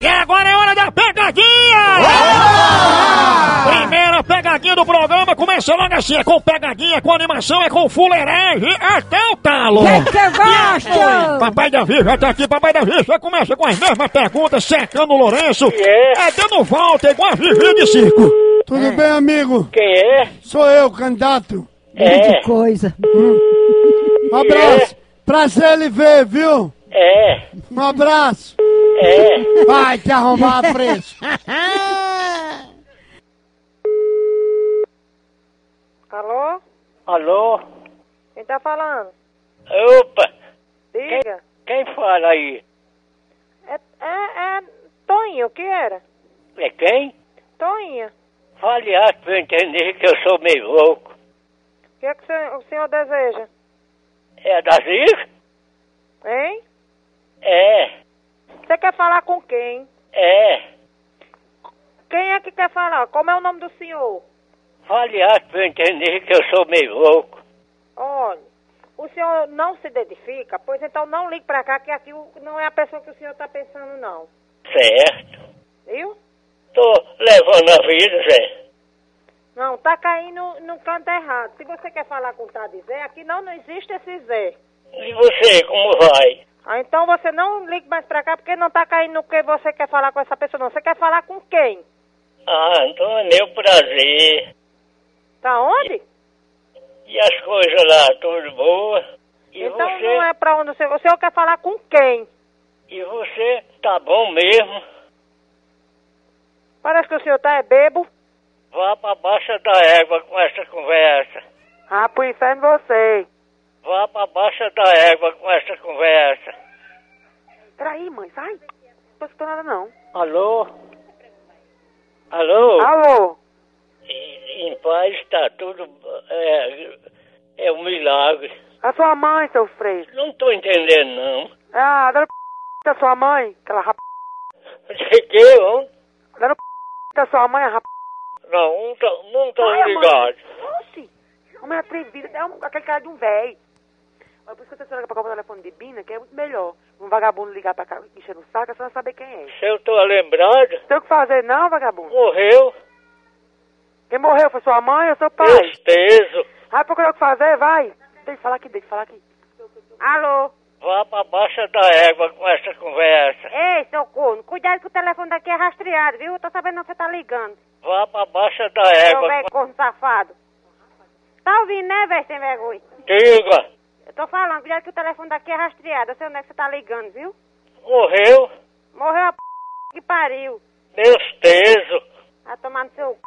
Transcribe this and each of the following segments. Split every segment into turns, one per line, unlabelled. é pegadinha do programa começa logo assim, é com pegadinha, é com animação, é com fuleiragem, até o talo. Oi,
Sebastião!
Papai Davi já tá aqui, Papai Davi já começa com as mesmas perguntas, secando o Lourenço.
É.
É dando volta, igual a Vivi de circo.
Tudo bem, amigo?
Quem é?
Sou eu, candidato.
É,
Que coisa!
Um abraço. Prazer lhe ver, viu?
é,
Um abraço.
é.
Vai te arrumar, fresco.
Alô?
Alô?
Quem tá falando?
Opa!
Diga.
Quem fala aí?
É, é, é Toinha, o que era?
É quem?
Toinha.
Fale alto pra eu entender que eu sou meio louco.
O que é que o senhor, o senhor deseja?
É da Zica?
Hein?
É,
Você quer falar com quem?
é.
Quem é que quer falar? Como é o nome do senhor?
Fale alto pra eu entender que eu sou meio louco.
Olha, o senhor não se identifica? Pois então não ligue pra cá, que aqui o- não é a pessoa que o senhor tá pensando, não.
Certo.
Viu?
Tô levando a vida, Zé.
Não, tá caindo no canto errado. Se você quer falar com o tal de Zé, aqui não, não existe esse Zé.
E você, como vai?
Ah, então você não ligue mais pra cá porque não tá caindo no que você quer falar com essa pessoa, não. Você quer falar com quem?
Ah, então é meu prazer.
Tá onde?
E as coisas lá, tudo boa? E
então
você?
não é pra onde você. O senhor quer falar com quem?
E você tá bom mesmo?
Parece que o senhor tá é bebo.
Vá pra baixa da égua com essa conversa.
Ah, pro inferno você.
Vá pra baixa da égua com essa conversa.
Peraí, mãe, sai. Não tô escutando nada, não.
Alô? Alô?
Alô?
Em, em paz tá tudo. É, é um milagre.
A sua mãe, seu freio.
Não tô entendendo, não.
Ah, dando p da sua mãe. Aquela rap.
De que, hum?
Dando p da sua mãe, a rap.
Não, não tô, não tô
Ai,
ligado.
mãe. Oxi, homem atrevido, é um, aquele cara de um véi. Mas por isso que a senhora liga pra comprar o telefone de Bina, que é muito melhor. Um vagabundo ligar pra cá, enchendo o saco, a senhora saber quem é.
Se eu tô lembrado,
Tem o que fazer não, vagabundo?
morreu.
Quem morreu foi sua mãe ou seu pai?
Tristeza.
Vai procurar o que fazer, vai. Deixa eu falar aqui, deixa eu falar aqui. Alô?
Vá pra baixa da égua com essa conversa.
Ei, seu corno, cuidado que o telefone daqui é rastreado, viu? Eu tô sabendo onde você tá ligando.
Vá pra baixa da égua.
velho corno safado. Tá ouvindo, né, velho, sem vergonha?
Diga,
Eu tô falando, cuidado que o telefone daqui é rastreado. Eu sei onde é que você tá ligando, viu?
morreu.
Morreu a p... que pariu.
Tristeza.
A tomar no seu c...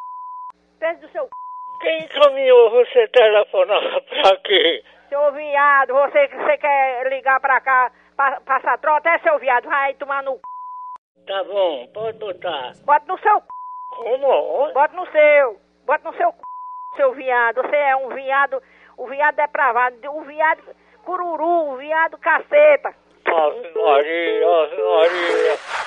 Peso do seu c...
Quem encaminhou você telefonar pra quê?
Seu viado, você que você quer ligar pra cá, pa- passar trota, é seu viado, vai tomar no c...
Tá bom, pode botar.
Bota no seu c...
Como?
Bota no seu. Bota no seu c... Seu viado, você é um viado, o viado depravado, o viado cururu, o viado caceta.
Ave Maria, Ave Maria.